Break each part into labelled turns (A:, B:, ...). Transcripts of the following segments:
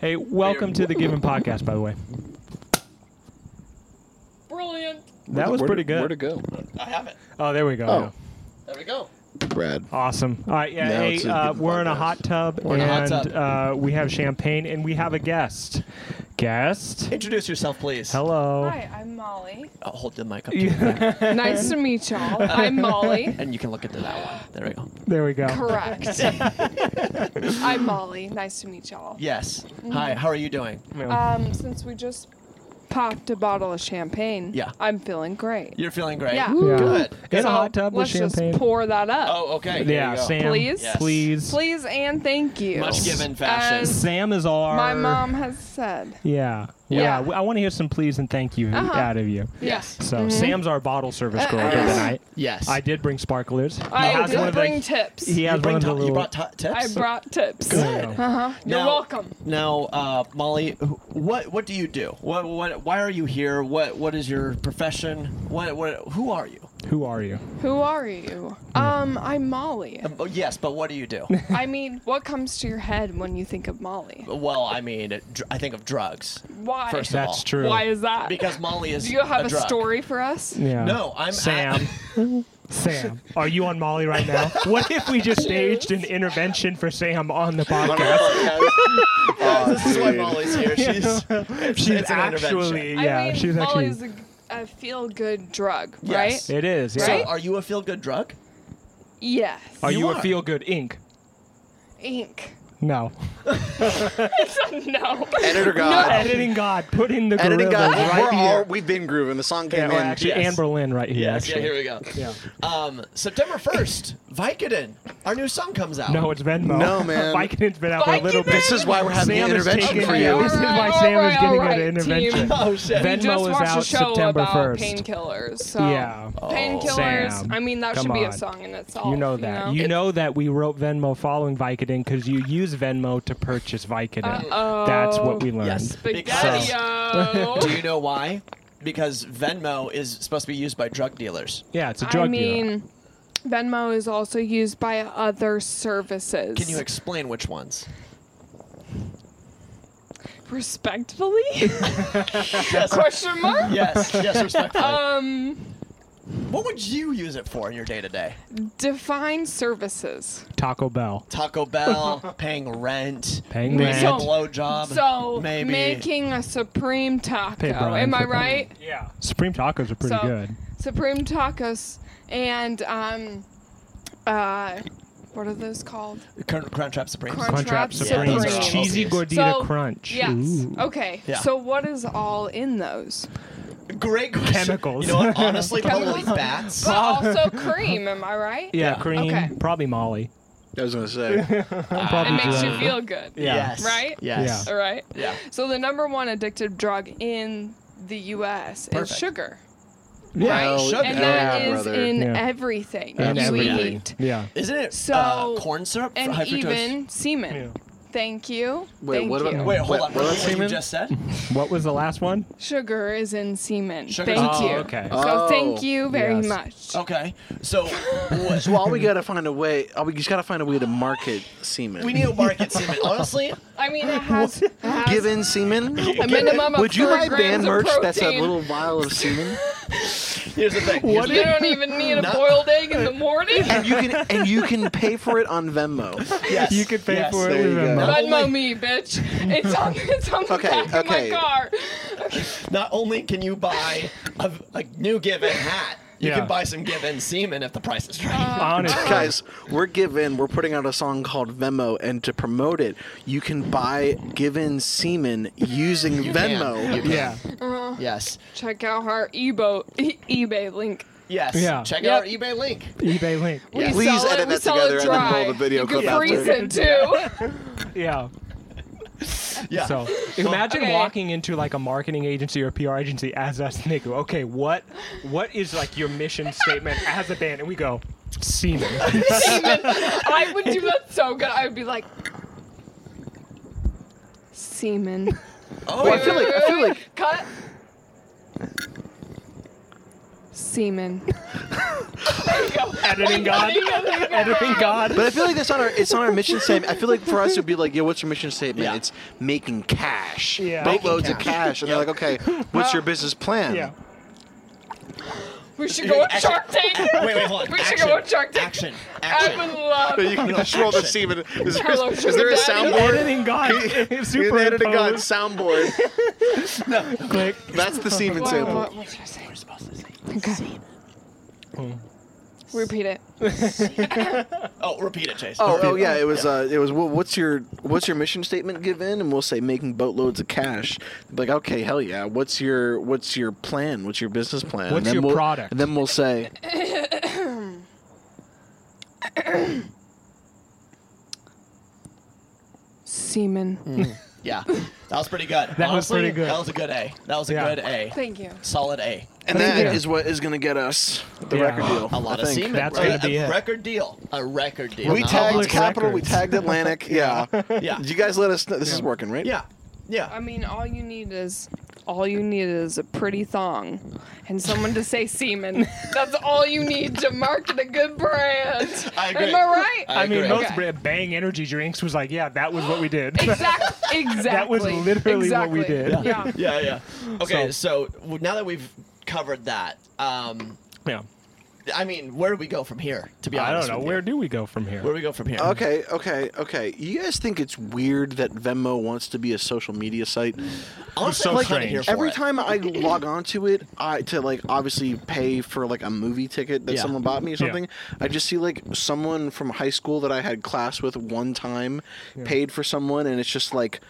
A: Hey, welcome to the Given Podcast, by the way.
B: Brilliant.
A: That was pretty
C: Where to
A: good.
C: go,
B: I have it.
A: Oh, there we go.
C: Oh.
B: There we go.
C: Brad?
A: Awesome. All right, yeah.
C: Now
A: hey,
C: it's a
A: uh,
C: Given
A: we're in a
C: Podcast.
A: hot tub
B: in a hot
A: and
B: tub.
A: Uh, we have champagne and we have a guest. Guest?
B: Introduce yourself, please.
A: Hello.
D: Hi, I'm Molly.
B: I'll hold the mic up. To you.
A: Yeah,
D: Nice to meet y'all. I'm Molly.
B: And you can look into that one. There we go.
A: there we go.
D: Correct. I'm Molly. Nice to meet y'all.
B: Yes. Hi. How are you doing?
D: Um, since we just popped a bottle of champagne,
B: Yeah.
D: I'm feeling great.
B: You're feeling great.
D: Yeah.
A: Yeah.
B: Good.
A: In
D: So,
A: a hot tub with
D: let's
A: champagne.
D: just pour that up.
B: Oh, okay. There
A: yeah,
B: you go.
A: Sam.
D: Please? Yes.
A: Please.
D: Please and thank you.
B: Much given fashion.
D: As
A: Sam is our.
D: my mom has said.
A: Yeah.
D: Yeah.
A: Yeah. we- I want to hear some please and thank you
D: Uh-huh. Mm-hmm.
A: out of you.
B: Yes.
A: So Sam's our bottle service girl for
D: yes.
A: tonight.
B: Yes.
A: I did bring sparklers. he
D: I
A: has one
D: did
A: of
D: bring
A: the,
D: tips.
A: He has
B: you, bring
A: one of the
B: ti- you
A: little.
B: brought ti
D: I
B: tips.
D: brought tips.
A: Good.
D: Uh-huh. You're
B: Now-
D: welcome.
B: Now, uh, Molly, wh- what what do you do? What what? Why are you here? What what is your profession? What what? Who are you?
A: Who are you?
D: Who are you? Um, I'm Molly.
B: Um, oh, yes, but what do you do?
D: I mean, what comes to your head when you think of Molly?
B: well, I mean, dr- I think of drugs
D: Why?
B: First of
A: That's
B: all.
A: true.
D: Why is that?
B: because Molly is.
D: do you have a,
B: drug.
D: story for us?
A: Yeah.
B: No, I'm-
A: Sam. Sam, are you on Molly right now? What if we just staged an intervention for Sam on the podcast?
C: Oh,
B: this is why Molly's here. She's
A: she's
B: it's an
A: actually,
B: intervention.
A: yeah,
D: I mean,
A: she's actually.
D: Molly's a, a feel-good drug,
B: Yes.
D: right?
A: it is. Yeah.
B: So,
D: Right?
B: are you a feel good drug?
D: Yes.
A: Are you,
B: You
A: a
B: are.
A: feel good ink?
D: Ink.
A: No.
D: no.
C: Editor God.
A: Editing God, put in the
C: Oh. Editing
A: gorillas
C: God.
A: right
C: we're
A: here.
C: all we've been grooving. The song
A: yeah,
C: came
A: we're
C: in.
A: actually,
B: Yes.
A: Anne Boleyn right here. actually.
B: Yeah, here we go. Um, September 1st, Vicodin. Our new song comes out.
A: No, it's Venmo.
C: No, man.
A: Vicodin's been out for a little
D: Vicodin?
A: bit.
C: This is why we're having
A: Sam
C: an
A: is
C: intervention
A: taking-
C: for
D: All
C: you.
A: This is
D: right,
A: why
D: all
A: Sam
D: right,
A: is getting
D: all
A: an
D: right,
A: intervention.
D: team.
B: Oh, shit.
A: Venmo
D: We just
A: is
D: watched
A: out
D: a show
A: September
D: about
A: 1st.
D: painkillers. So
A: Yeah. Oh,
D: Painkillers.
A: Sam,
D: I mean, that
A: come
D: should be
A: on.
D: a song in itself.
A: You know that. You know, that we wrote Venmo following Vicodin because you use Venmo to purchase Vicodin.
D: Uh-oh.
A: That's what we learned.
B: Yes. Because- Do
D: Spaghetti.
B: you know why? Because Venmo is supposed to be used by drug dealers.
A: Yeah, it's a drug
D: I mean, Venmo is also used by other services.
B: Can you explain which ones?
D: respectfully?
B: Yes.
D: Question mark.
B: yes, yes, respectfully.
D: Um,
B: what would you use it for in your day to day?
D: define services.
A: Taco Bell.
B: Taco Bell, paying rent,
A: Paying
B: maybe a
A: rent.
B: blowjob,
D: So
B: maybe.
D: making a supreme taco.
A: Hey, Brian,
D: Am I
A: for that.
D: right?
A: Yeah. Supreme tacos are pretty
D: So-
A: good.
D: Supreme tacos and um, uh, what are those called?
B: Crunch Crunchwrap Supreme.
D: Crunch-
A: Crunch Wrap
D: Crunchwrap
A: Supreme.
B: Supremes.
A: Cheesy
B: Yeah.
A: Gordita
D: So,
A: Crunch.
D: Yes.
A: Ooh.
D: Okay.
B: Yeah.
D: So what is all in those?
B: Great question.
A: Chemicals.
B: You know what? Honestly, probably
D: Chemicals.
B: bats.
D: But also cream. Am I right?
A: Yeah,
B: Yeah.
A: cream.
D: Okay.
A: Probably Molly.
C: I was gonna say.
D: It makes you feel good.
A: Yeah.
B: Yes.
D: Right?
B: Yes.
D: All right.
B: Yeah.
D: So the number one addictive drug in the U.S.
B: Perfect.
D: is sugar.
C: Yeah.
D: right?
C: Hell
D: and
C: yeah,
D: that is
C: brother.
D: in
A: Yeah.
D: everything
A: And
D: that we
C: Absolutely.
D: eat.
A: Yeah.
B: Isn't it
D: So-
B: uh, corn syrup?
D: And
B: high fructose?
D: even semen.
A: Yeah.
D: Thank you.
C: Wait,
D: Thank
C: what about-
D: you.
B: Wait, hold
C: What-
B: on.
C: what
B: What,
C: else
B: what you
C: semen?
B: just said?
A: What was the last one?
D: Sugar is in semen.
B: Sugar's
D: thank
B: in
D: you.
B: semen.
A: okay.
D: So
C: Oh,
D: thank you very
A: yes.
D: much.
B: Okay. So what,
C: so all we gotta find a way. All we just gotta find a way to market semen.
B: we need a market semen. Honestly,
D: I mean, it has, it has
C: given semen.
D: a minimum of
C: Would you
D: four
C: buy band
D: grams of
C: merch that's a
D: protein.
C: little vial of semen?
B: here's the thing. Here's
A: What
B: the
D: You
B: thing.
D: don't even need a
B: No.
D: boiled egg in the morning.
C: and you can and you can pay for it on Venmo.
B: Yes,
A: You could pay
B: yes.
A: for it
C: there
A: with
C: you go.
A: Venmo.
B: Not
D: Venmo
B: only-
D: me, bitch. It's on, it's on the
C: Okay,
D: back
C: okay.
D: of my car.
B: Not only can you buy a, a new Given hat, you
A: Yeah.
B: can buy some Given semen if the price is right.
A: Honestly.
C: Guys, we're given. We're putting out a song called Venmo, and to promote it, you can buy given semen using
B: can.
C: Venmo.
A: Yeah.
D: Oh.
B: yes.
D: Check out our ebo, e- eBay link.
B: Yes.
A: Yeah.
B: Check
D: Yep.
B: out our eBay link.
A: eBay link.
D: We
C: Please
D: sell
C: edit
D: it, we
C: that
D: sell it
C: together and then
D: dry.
C: roll the video
D: you
C: clip
D: can
C: after.
D: freeze it too.
A: Yeah.
B: Yeah.
A: So imagine
D: Okay.
A: walking into like a marketing agency or PR agency as us and they go, okay, what what is like your mission statement as a band? And we go, semen.
D: Semen. I would do that so good. I would be like, semen.
B: oh,
C: Well, I feel like I feel like
D: Cut. Semen.
A: Editing God. Editing God.
C: But I feel like that's not our it's not our mission statement. I feel like for us it would be like, yo, what's your mission statement?
B: Yeah.
C: It's making cash.
A: Yeah.
C: Boatloads
B: Making
C: of cash. And they're like, okay, what's your business plan?
A: Yeah.
D: We should go on Shark Tank.
B: Wait, wait, hold on.
D: We should
B: Action.
D: go on Shark Tank.
B: Action.
D: I
B: Action.
D: would love.
C: But you can just roll the semen. Is there,
D: Hello,
C: is there a
D: Sugar Daddy.
C: soundboard?
A: Editing God.
C: You
A: Super
C: edited a god soundboard.
A: Click.
C: That's the semen
D: Whoa,
C: sample.
D: what, what should I say? Okay.
C: Hmm.
D: Repeat it.
B: Oh, repeat it, Chase.
C: Oh,
B: Repeat
C: oh yeah, it was uh, it was well, what's your what's your mission statement given? And we'll say making boatloads of cash. Like okay, hell yeah. What's your what's your plan? What's your business plan?
A: What's
C: and then
A: your
C: we'll,
A: product?
C: And then we'll say
D: Semen.
B: Yeah, that was pretty good.
A: That was
B: Honestly,
A: pretty good.
B: That was a good A. That was a
A: Yeah.
B: good A.
D: Thank you.
B: Solid A.
C: And that is
A: you.
C: what is going to get us the
A: Yeah.
C: record deal.
B: A lot
C: I
B: of
C: think.
B: semen.
A: That's
B: bro.
A: gonna be
B: a
A: it.
B: record deal. A record deal.
C: We
B: not a
C: tagged
A: Public
B: lot.
C: Capital, we
A: records.
C: tagged Atlantic. Yeah.
B: Yeah.
C: You guys let us know. This is working, right?
B: Yeah. Yeah.
D: I mean, all you need is all you need is a pretty thong and someone to say semen. That's all you need to market a good brand.
B: I agree.
D: Am I right?
A: I mean,
B: agree.
A: most
D: Okay.
A: bra- Bang Energy Drinks was like, yeah, that was what we did.
D: exactly. Exactly.
A: was literally what we did.
D: Exactly.
A: Yeah.
D: Yeah.
B: Yeah. Yeah. Okay. So, w now that we've covered that, um,
A: yeah.
B: I mean, where do we go from here? To be
A: I
B: honest,
A: don't know.
B: with
A: Where
B: you?
A: do we go from here?
B: where do we go from here?
C: Okay, okay, okay. You guys think it's weird that Venmo wants to be a social media site?
B: Honestly,
A: So
B: I'm kinda
A: strange.
B: here for
C: Every
B: it.
C: time I log onto it, I to like obviously pay for like a movie ticket that
B: Yeah.
C: someone bought me or something. I just see like someone from high school that I had class with one time paid for someone, and it's just like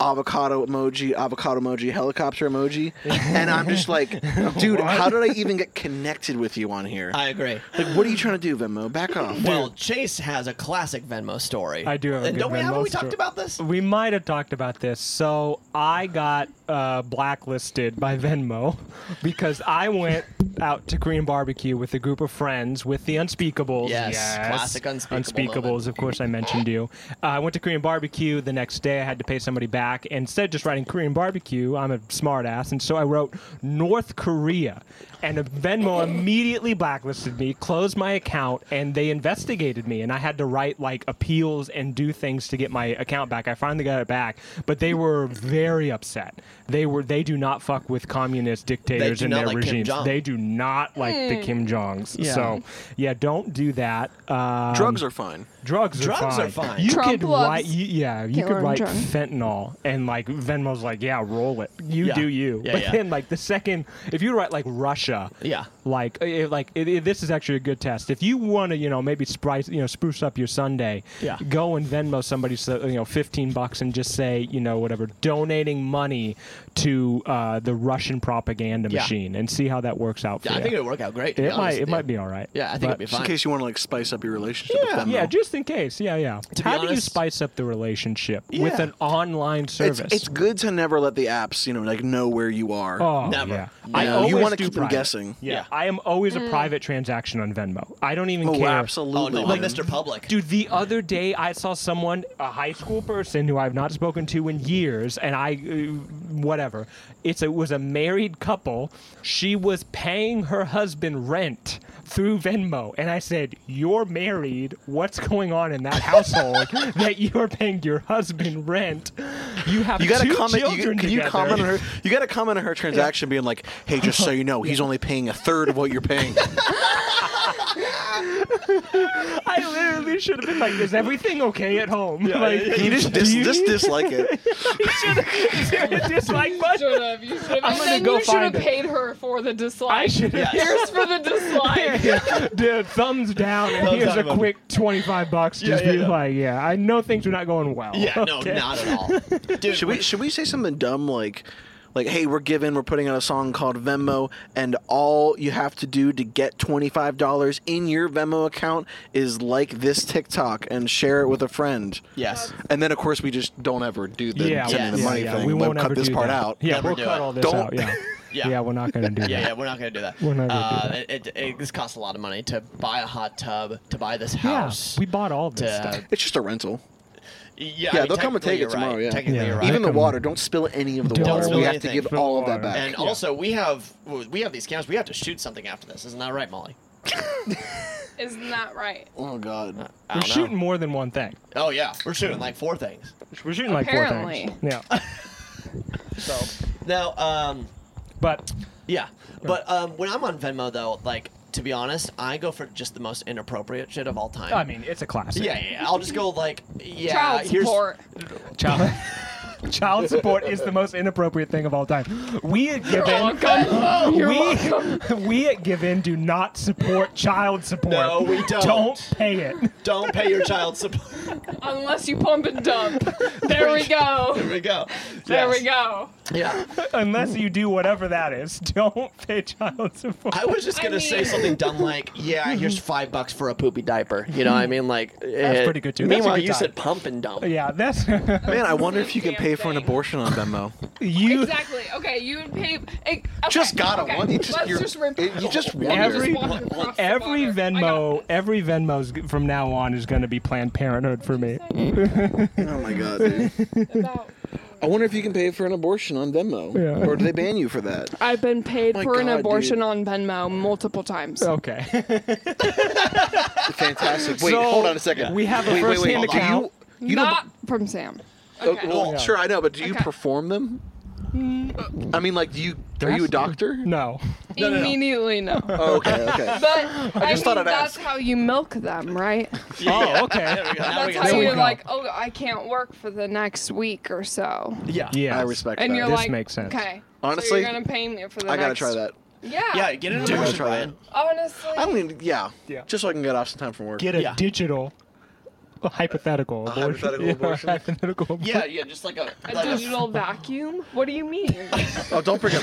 C: avocado emoji, avocado emoji, helicopter emoji, and I'm just like, dude, how did I even get connected with you on here?
B: I agree.
C: like, what are you trying to do, Venmo? Back off.
B: Well, Chase has a classic Venmo story.
A: I do have a
B: And
A: good
B: don't we haven't
A: Venmo
B: we talked
A: story.
B: about this?
A: We might have talked about this. So I got uh, blacklisted by Venmo because I went out to Korean barbecue with a group of friends with the Unspeakables.
B: Yes, classic Unspeakable
A: Unspeakables,
B: moment.
A: of course, I mentioned you. Uh, I went to Korean barbecue the next day. I had to pay somebody back. Instead of just writing Korean barbecue, I'm a smartass, And so I wrote North Korea. And Venmo immediately blacklisted me, closed my account, and they investigated me. And I had to write like appeals and do things to get my account back. I finally got it back, but they were very upset. They were they do not fuck with communist dictators
B: do
A: and
B: not
A: their
B: like Kim
A: regimes.
B: Jong.
A: They do not like the Kim Jongs. So yeah, don't do that. Um,
C: Drugs are fine.
A: Drugs are
B: Drugs
A: fine.
B: are fine.
A: You
D: Trump
A: could
D: loves
A: write, you, yeah, you
D: Taylor
A: could
D: and
A: write
D: Trump.
A: fentanyl, and like Venmo's like, yeah, roll it. You
B: Yeah.
A: do you.
B: Yeah,
A: but
B: yeah.
A: then like the second, if you write like Russia,
B: Yeah.
A: like eh, like it, it- this is actually a good test. If you want to, you know, maybe spice, you know, spruce up your Sunday,
B: Yeah.
A: go and Venmo somebody, so- you know, fifteen bucks, and just say, you know, whatever, donating money to uh, the Russian propaganda
B: Yeah.
A: machine, and see how that works out for
B: Yeah, I
A: you.
B: think it'll work out great. to be
A: it might
B: honest
A: it
B: with
A: might
B: you.
A: be all right.
B: Yeah, I think
A: But-
B: it'll be
C: Just in
B: fine.
C: case you want to like spice up your relationship with Venmo.
A: yeah, just in case. Yeah, yeah.
B: To be
A: How do you
B: honest-
A: spice up the relationship with
C: Yeah.
A: an online
C: it's,
A: service?
C: it's good to never let the apps, you know, like know where you are.
A: oh,
B: Never.
A: Yeah.
B: You
A: I
C: know, you
A: always
C: wanna
A: do
C: keep them
A: private.
C: guessing.
A: Yeah.
B: Yeah.
A: I am always a private transaction on Venmo. I don't even
C: Oh,
A: care.
B: Oh
C: absolutely.
B: no, I'm
C: man.
B: Mr. Public.
A: Dude, the other day I saw someone, a high school person who I've not spoken to in years, and I, uh, whatever. It's a, it was a married couple. She was paying her husband rent through Venmo, and I said, "You're married. What's going on in that household that you are paying your husband rent? You have
C: You gotta
A: two
C: comment. You,
A: children
C: can you
A: together."
C: comment on her? You gotta comment on her transaction, being like, "Hey, just so you know, he's only paying a third of what you're paying."
A: I literally should have been like, "Is everything okay at home?" like,
C: you just
A: do
C: dis-
A: you-
C: just dislike it.
A: is there a dislike button?
D: Should have. You should have.
A: I'm
D: And
A: gonna
D: then
A: go
D: you should have
A: find it.
D: paid her for the
A: I
D: dislike.
A: should have.
D: Here's for the dislike.
A: Dude, thumbs down. And
B: Thumbs
A: here's
B: down,
A: a
B: buddy.
A: quick 25 bucks.
B: Yeah,
A: Just
B: yeah,
A: be
B: yeah.
A: like, yeah, I know things are not going well.
B: Yeah, no,
A: Okay.
B: not at all. Dude,
C: Should we should we say something dumb like? Like, hey, we're giving, we're putting out a song called Venmo, and all you have to do to get $25 in your Venmo account is like this TikTok and share it with a friend.
B: Yes.
C: And then, of course, we just don't ever do the
A: Yeah,
C: sending the
B: yeah,
C: money
A: yeah,
C: thing.
A: We
C: We'll
A: won't
C: cut
A: ever
C: this
A: do
C: part
A: that.
C: out.
A: Yeah,
B: Never
A: we'll
B: do
A: cut
B: it.
A: all this
C: Don't-
A: out. Yeah.
B: Yeah.
A: we're not gonna do
B: Yeah,
A: that.
B: yeah, we're not gonna do that.
A: We're not gonna do
B: uh, It, it, it, this costs a lot of money to buy a hot tub, to buy this
A: Yeah,
B: house.
A: we bought all this
B: to-
A: stuff.
C: It's just a rental.
B: yeah,
C: Yeah,
B: I mean,
C: they'll come and
B: technically
C: take it
B: you're
C: tomorrow,
B: Right.
C: yeah.
B: Technically,
A: Yeah.
B: you're
A: I
B: right.
C: Even the
A: can-
C: water. Don't spill any of the
A: Don't
C: water.
A: spill
C: We have to
B: anything.
C: give
A: Spill
C: all of
A: the
C: that
A: water.
C: back.
B: And also, we have we have these cameras. We have to shoot something after this. Isn't that right, Molly?
D: is not right.
C: Oh God.
B: I
A: We're
B: don't know.
A: shooting more than one thing.
B: Oh yeah, we're shooting like four things.
A: We're shooting like four
D: Apparently.
A: things. Yeah.
B: So now, um,
A: But
B: yeah, but um, when I'm on Venmo though, like to be honest, I go for just the most inappropriate shit of all time.
A: I mean, it's a classic.
B: yeah, yeah, yeah. I'll just go like, yeah,
D: Child
B: here's
D: support.
A: Child, child support is the most inappropriate thing of all time. We at Given, we, we at Given do not support child support.
B: No, we don't.
A: Don't pay it.
B: don't pay your child support.
D: Unless you pump and dump. There we go.
B: There we go.
D: There
B: Yes.
D: we go.
B: Yeah.
A: Unless you do whatever that is, don't pay child support.
B: I was just
D: I
B: gonna say
D: mean-
B: something dumb like, "Yeah, here's five bucks for a poopy diaper." You know, what I mean, like that's
A: pretty good, too. Mm-hmm. That's a
B: Meanwhile,
A: good
B: you
A: time.
B: said pump and dump.
A: yeah, that's
C: Man, I wonder if you can
D: Damn
C: pay for an
D: thing.
C: abortion on Venmo.
A: you.
D: Exactly. Okay, you would pay. eh, okay,
C: just gotta
D: okay.
C: one. You just
D: Let's
C: you're-
D: just rip.
C: it- you
D: Let's
C: just wonder.
A: Every-
D: walk across the
A: Every
D: water. I
A: Venmo, every Venmo's g- from now on is going to be Planned Parenthood for me.
C: oh my God. Dude.
D: got about-
C: I wonder if you can pay for an abortion on Venmo,
A: Yeah.
C: or do they ban you for that?
D: I've been paid
C: My
D: for an
C: God,
D: abortion
C: dude. Oh.
D: on Venmo multiple times.
A: Okay.
C: Fantastic. Wait,
A: So,
C: hold on a second.
A: we have a
C: wait, wait,
A: first-hand
C: wait, do
A: account.
C: You, you
D: Not from Sam.
C: don't.
D: Okay.
C: uh, well,
A: Yeah.
C: sure, I know, but do you
D: Okay.
C: perform them? I mean, like, do you? Are
A: That's-
C: you a doctor?
A: No.
B: no, no.
D: Immediately no.
C: Oh, okay, okay.
D: But I,
C: just thought
D: mean,
C: I'd
D: that's
C: ask.
D: how you milk them, right?
A: Oh, okay.
B: Now we
D: That's
B: got
D: how
A: There we
D: you're
A: go.
D: like, oh, I can't work for the next week or so.
B: Yeah.
A: Yeah.
C: I respect
D: And
C: that.
D: you're
A: This
D: like,
A: makes sense.
D: okay. so
C: Honestly,
D: you're gonna pay me for the
C: I gotta
D: next-
C: try that.
D: Yeah.
B: Yeah. Get an
C: Dude,
B: abortion,
C: try that.
B: Ryan.
D: Honestly.
C: I don't even. Yeah.
A: Yeah.
C: Just so I can get off some time from work.
A: Get a
B: Yeah.
A: digital a hypothetical abortion.
C: hypothetical
A: Yeah,
C: abortion.
A: hypothetical abortion.
B: Yeah, yeah, just like a.
D: a
B: like a-
D: digital vacuum? What do you mean?
C: oh, don't bring up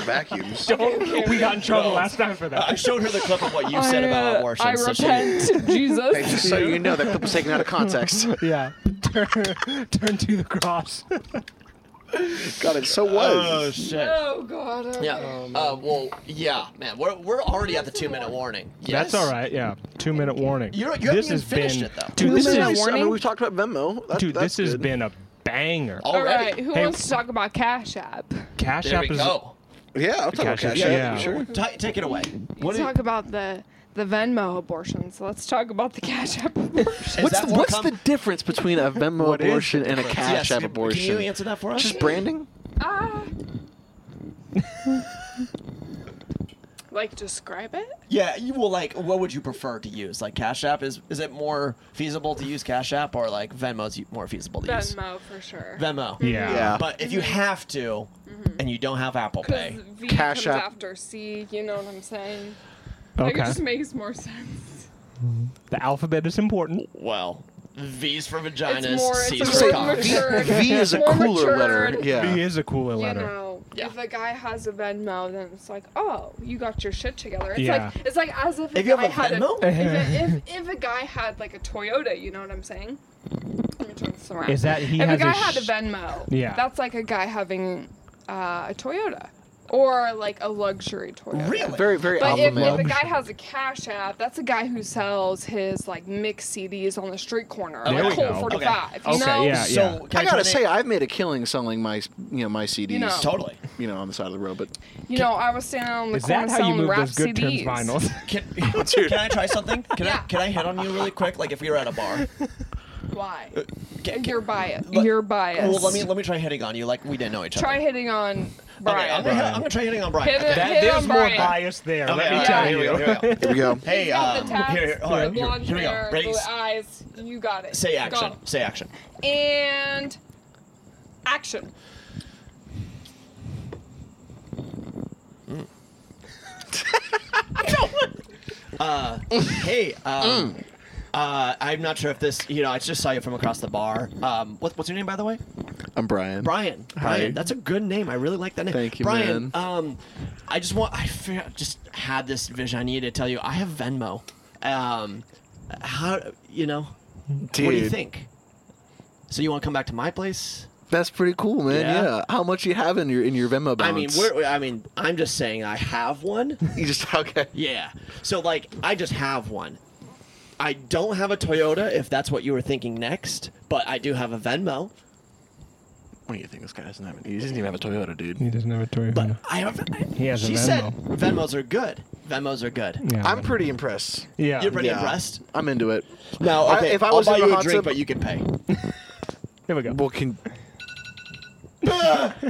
C: vacuums.
A: Don't- we got in trouble last time for
B: I
A: that.
B: showed her the clip of what you said
D: I,
B: about
D: uh,
B: abortion.
D: I
B: so she-
D: repent,
C: Hey, just
D: Jesus.
C: so you know, that clip was taken out of context.
A: Yeah. Turn, turn to the cross.
C: God, it so
B: Oh
C: was.
B: shit.
D: Oh God. okay.
B: Yeah. uh, well, yeah, man. We're, we're already at the two minute warning. Yes.
A: That's all right. Yeah. Two minute warning.
B: You don't- you haven't
A: this
B: even
A: has
B: finished
A: been,
B: it, though.
A: dude. This
D: Two minute
A: is
D: warning?
C: I mean, we've talked about Venmo. That,
A: dude.
C: that's
A: This has
C: good.
A: been a banger.
B: All
D: All
B: right.
D: right. Who
A: Hey-
D: wants to talk about Cash App?
A: Cash
B: Oh, There
A: App
B: we
A: is
B: go.
C: Yeah, I'll talk about
A: Cash App,
C: cash.
A: yeah. Yeah.
C: App, Sure.
B: Ta- take it away. What
D: Let's
B: do you-
D: talk about the the Venmo abortions. Let's talk about the Cash App. abortion.
B: is
C: What's
B: that
C: the,
B: more
C: what's
B: com-
C: the difference between a Venmo
A: What is the
C: abortion and a
B: Yes,
C: Cash App
B: can-
C: abortion?
B: Can you answer that for us?
C: Just branding?
D: Ah. like describe it?
B: Yeah, you will like. What would you prefer to use? Like Cash App is is it more feasible to use Cash App or like Venmo's u- more feasible to use?
D: Venmo Mm-hmm. for sure.
B: Venmo.
A: Yeah.
C: Yeah.
B: But if you have to,
D: Mm-hmm.
B: and you don't have Apple
D: Because
B: Pay,
D: V
C: Cash
D: comes
C: App.
D: after C. You know what I'm saying? Like, it
A: Okay.
D: just makes more sense.
A: The alphabet is important.
B: well, V's for vaginas,
D: it's more.
B: C's
D: It's
B: for
D: a
C: Say,
D: more
B: cock.
D: matured.
C: V is a
D: more
C: cooler
D: matured,
C: letter.
A: B
C: Yeah.
A: is a cooler
D: You
A: letter.
D: know,
B: Yeah.
D: if a guy has a Venmo, then it's like, oh, you got your shit together. It's
A: Yeah.
D: like it's like as if, a
B: If you
D: guy
B: have a
D: had
B: Venmo?
D: a, if, a- if if a guy had like a Toyota, you know what I'm saying? Let me turn this around.
A: Is that he
D: if
A: has
D: a guy
A: a
D: had a
A: sh-
D: Venmo?
A: Yeah.
D: that's like a guy having uh, a Toyota or like a luxury Toyota.
B: Really?
C: Very, very
D: But if, if a
C: alphabet.
D: guy has a cash app, that's a guy who sells his like mixed CDs on the street corner,
A: There
D: like
A: we
D: Colt
A: go.
D: 45. You
A: Okay,
D: know?
A: yeah.
B: So can
C: I gotta
B: terminate-
C: say, I've made a killing selling my, you know, my CDs, you
D: know.
C: know,
B: totally.
C: on the side of the road. But
D: You know, I was standing on the
A: Is
D: corner
A: that how you
D: selling
A: move
D: rap
A: those good terms
D: CDs.
A: vinyls?
B: Can,
C: Oh,
B: can I try something? Can
D: Yeah.
B: I can I hit on you really quick? Like if we were at a bar.
D: Why?
B: Can,
D: You're biased.
B: Uh, Let-
D: You're biased.
B: well, let me let me try hitting on you. Like we didn't know each
D: try
B: other.
D: hitting on
B: Okay, I'm
D: Brian.
B: gonna, hit- I'm gonna try hitting on Brian.
D: Hit it-
A: that,
D: hit
A: there's
D: on
A: more
D: Brian.
A: bias there.
B: Okay,
A: let me
B: all right,
A: tell
B: here we go,
A: you.
B: here we go.
C: here we go.
B: Hey,
D: He's got
B: um,
D: the tats,
B: here, here, all right,
D: the
B: here-
D: blonde
B: here we go.
D: hair,
B: Ready?
D: blue
B: s-
D: eyes. You got it.
B: Say action. Say action.
D: Go. And action.
B: Hey, um,
C: Mm.
B: uh, I'm not sure if this. You know, I just saw you from across the bar. Um, what, what's your name, by the way?
C: I'm Brian.
B: Brian. Brian. That's a good name. I really like that name.
C: Thank you,
B: Brian.
C: man.
B: Um, I just want. I fe- just had this vision. I needed to tell you. I have Venmo. Um, how you know?
C: Dude,
B: What do you think? So you want to come back to my place?
C: That's pretty cool, man.
B: Yeah.
C: Yeah. How much you have in your in your Venmo
B: I mean,
C: balance?
B: we're, I mean, I'm just saying I have one.
C: you just okay.
B: Yeah. So like I just have one. I don't have a Toyota if that's what you were thinking next, but I do have a Venmo.
C: What do you think? This guy doesn't have it. He doesn't even have a Toyota, dude.
A: He doesn't have a Toyota.
B: But I have. I,
A: Mm. He has a
B: she said Venmos are good. Venmos are good.
A: yeah,
C: I'm pretty impressed.
A: Yeah.
B: You're pretty
C: Yeah.
B: impressed.
C: I'm into it.
B: No,
C: I-
B: okay.
C: if I
B: will
C: was
B: buy
C: in the
B: you a
C: hot
B: drink,
C: tub-
B: but you can pay.
A: Here we go.
C: Well, can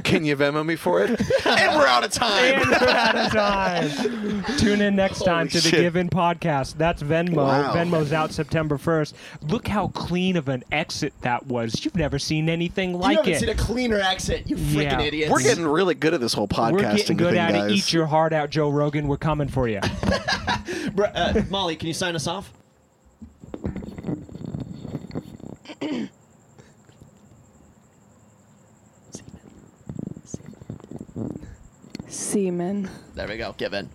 C: can you Venmo me for it? and we're out of time.
A: And we're out of time. Tune in next time
C: Holy
A: to the
C: shit.
A: Given Podcast. That's Venmo.
C: Wow.
A: Venmo's out September 1st. Look how clean of an exit that was. You've never seen anything
B: you
A: like
B: haven't
A: it.
B: seen a cleaner exit, you freaking
A: Yeah.
B: idiots.
C: We're getting really good at this whole podcasting
A: We're getting good
C: thing,
A: at
C: guys.
A: it. Eat your heart out, Joe Rogan. We're coming for you.
B: Br- uh, Molly, can you sign us off?
D: Semen.
B: There we go. Give in.